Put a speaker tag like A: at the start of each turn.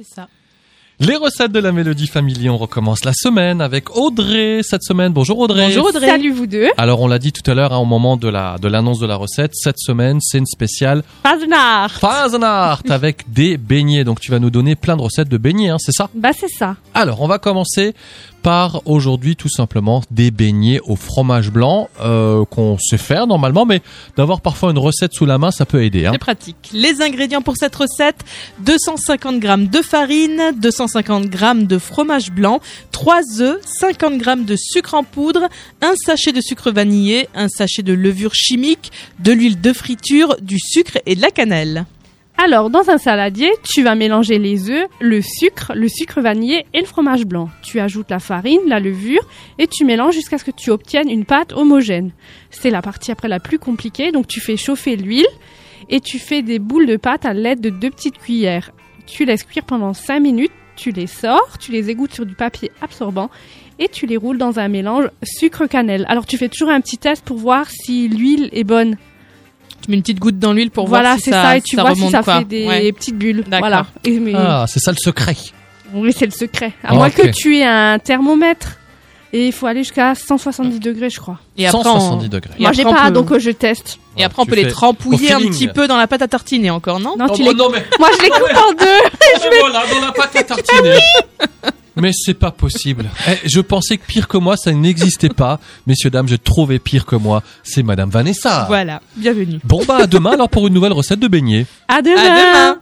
A: C'est ça.
B: Les recettes de la Mélodie Family, on recommence la semaine avec Audrey cette semaine. Bonjour Audrey.
A: Bonjour Audrey.
C: Salut vous deux.
B: Alors on l'a dit tout à l'heure hein, au moment de la de l'annonce de la recette, cette semaine c'est une spéciale
C: Fazenard.
B: Fasenart avec des beignets. Donc tu vas nous donner plein de recettes de beignets, hein, c'est ça
C: Bah c'est ça.
B: Alors on va commencer par aujourd'hui tout simplement des beignets au fromage blanc euh, qu'on sait faire normalement, mais d'avoir parfois une recette sous la main ça peut aider. Hein.
A: C'est pratique. Les ingrédients pour cette recette 250 g de farine, 250 g de fromage blanc, 3 œufs, 50 g de sucre en poudre, un sachet de sucre vanillé, un sachet de levure chimique, de l'huile de friture, du sucre et de la cannelle.
C: Alors dans un saladier, tu vas mélanger les œufs, le sucre, le sucre vanillé et le fromage blanc. Tu ajoutes la farine, la levure et tu mélanges jusqu'à ce que tu obtiennes une pâte homogène. C'est la partie après la plus compliquée, donc tu fais chauffer l'huile et tu fais des boules de pâte à l'aide de deux petites cuillères. Tu laisses cuire pendant 5 minutes, tu les sors, tu les égouttes sur du papier absorbant et tu les roules dans un mélange sucre-cannelle. Alors tu fais toujours un petit test pour voir si l'huile est bonne.
A: Tu mets une petite goutte dans l'huile pour
C: voilà,
A: voir si
C: c'est
A: ça,
C: ça, et tu vois si
A: remonte,
C: ça
A: quoi.
C: fait des
A: Ouais.
C: petites bulles.
A: D'accord.
C: Voilà. Et mais-
B: Ah, c'est ça le secret.
C: Oui, c'est le secret. À
B: Ah,
C: moins
B: ok.
C: que tu aies un thermomètre. Et il faut aller jusqu'à 170 degrés, je crois.
A: Et après, on-
B: 170 degrés.
A: Et
C: Moi,
A: après,
C: j'ai
A: on
C: pas,
A: peut-
C: donc euh, je teste.
A: Et après, on
B: Tu
A: peut les
B: fais-
A: trempouiller
B: au
A: un
B: feeling.
A: petit peu dans la pâte à tartiner encore, non
C: Non,
B: Oh,
C: tu
B: bon,
C: les...
B: non, mais
C: Moi, je les coupe en deux.
B: Ah ben voilà, dans la pâte à tartiner. Mais c'est pas possible. Eh, je pensais que pire que moi, ça n'existait pas. Messieurs, dames, j'ai trouvé pire que moi. C'est Madame Vanessa.
A: Voilà, bienvenue.
B: Bon, bah, à demain alors pour une nouvelle recette de beignets.
C: À demain.
A: À demain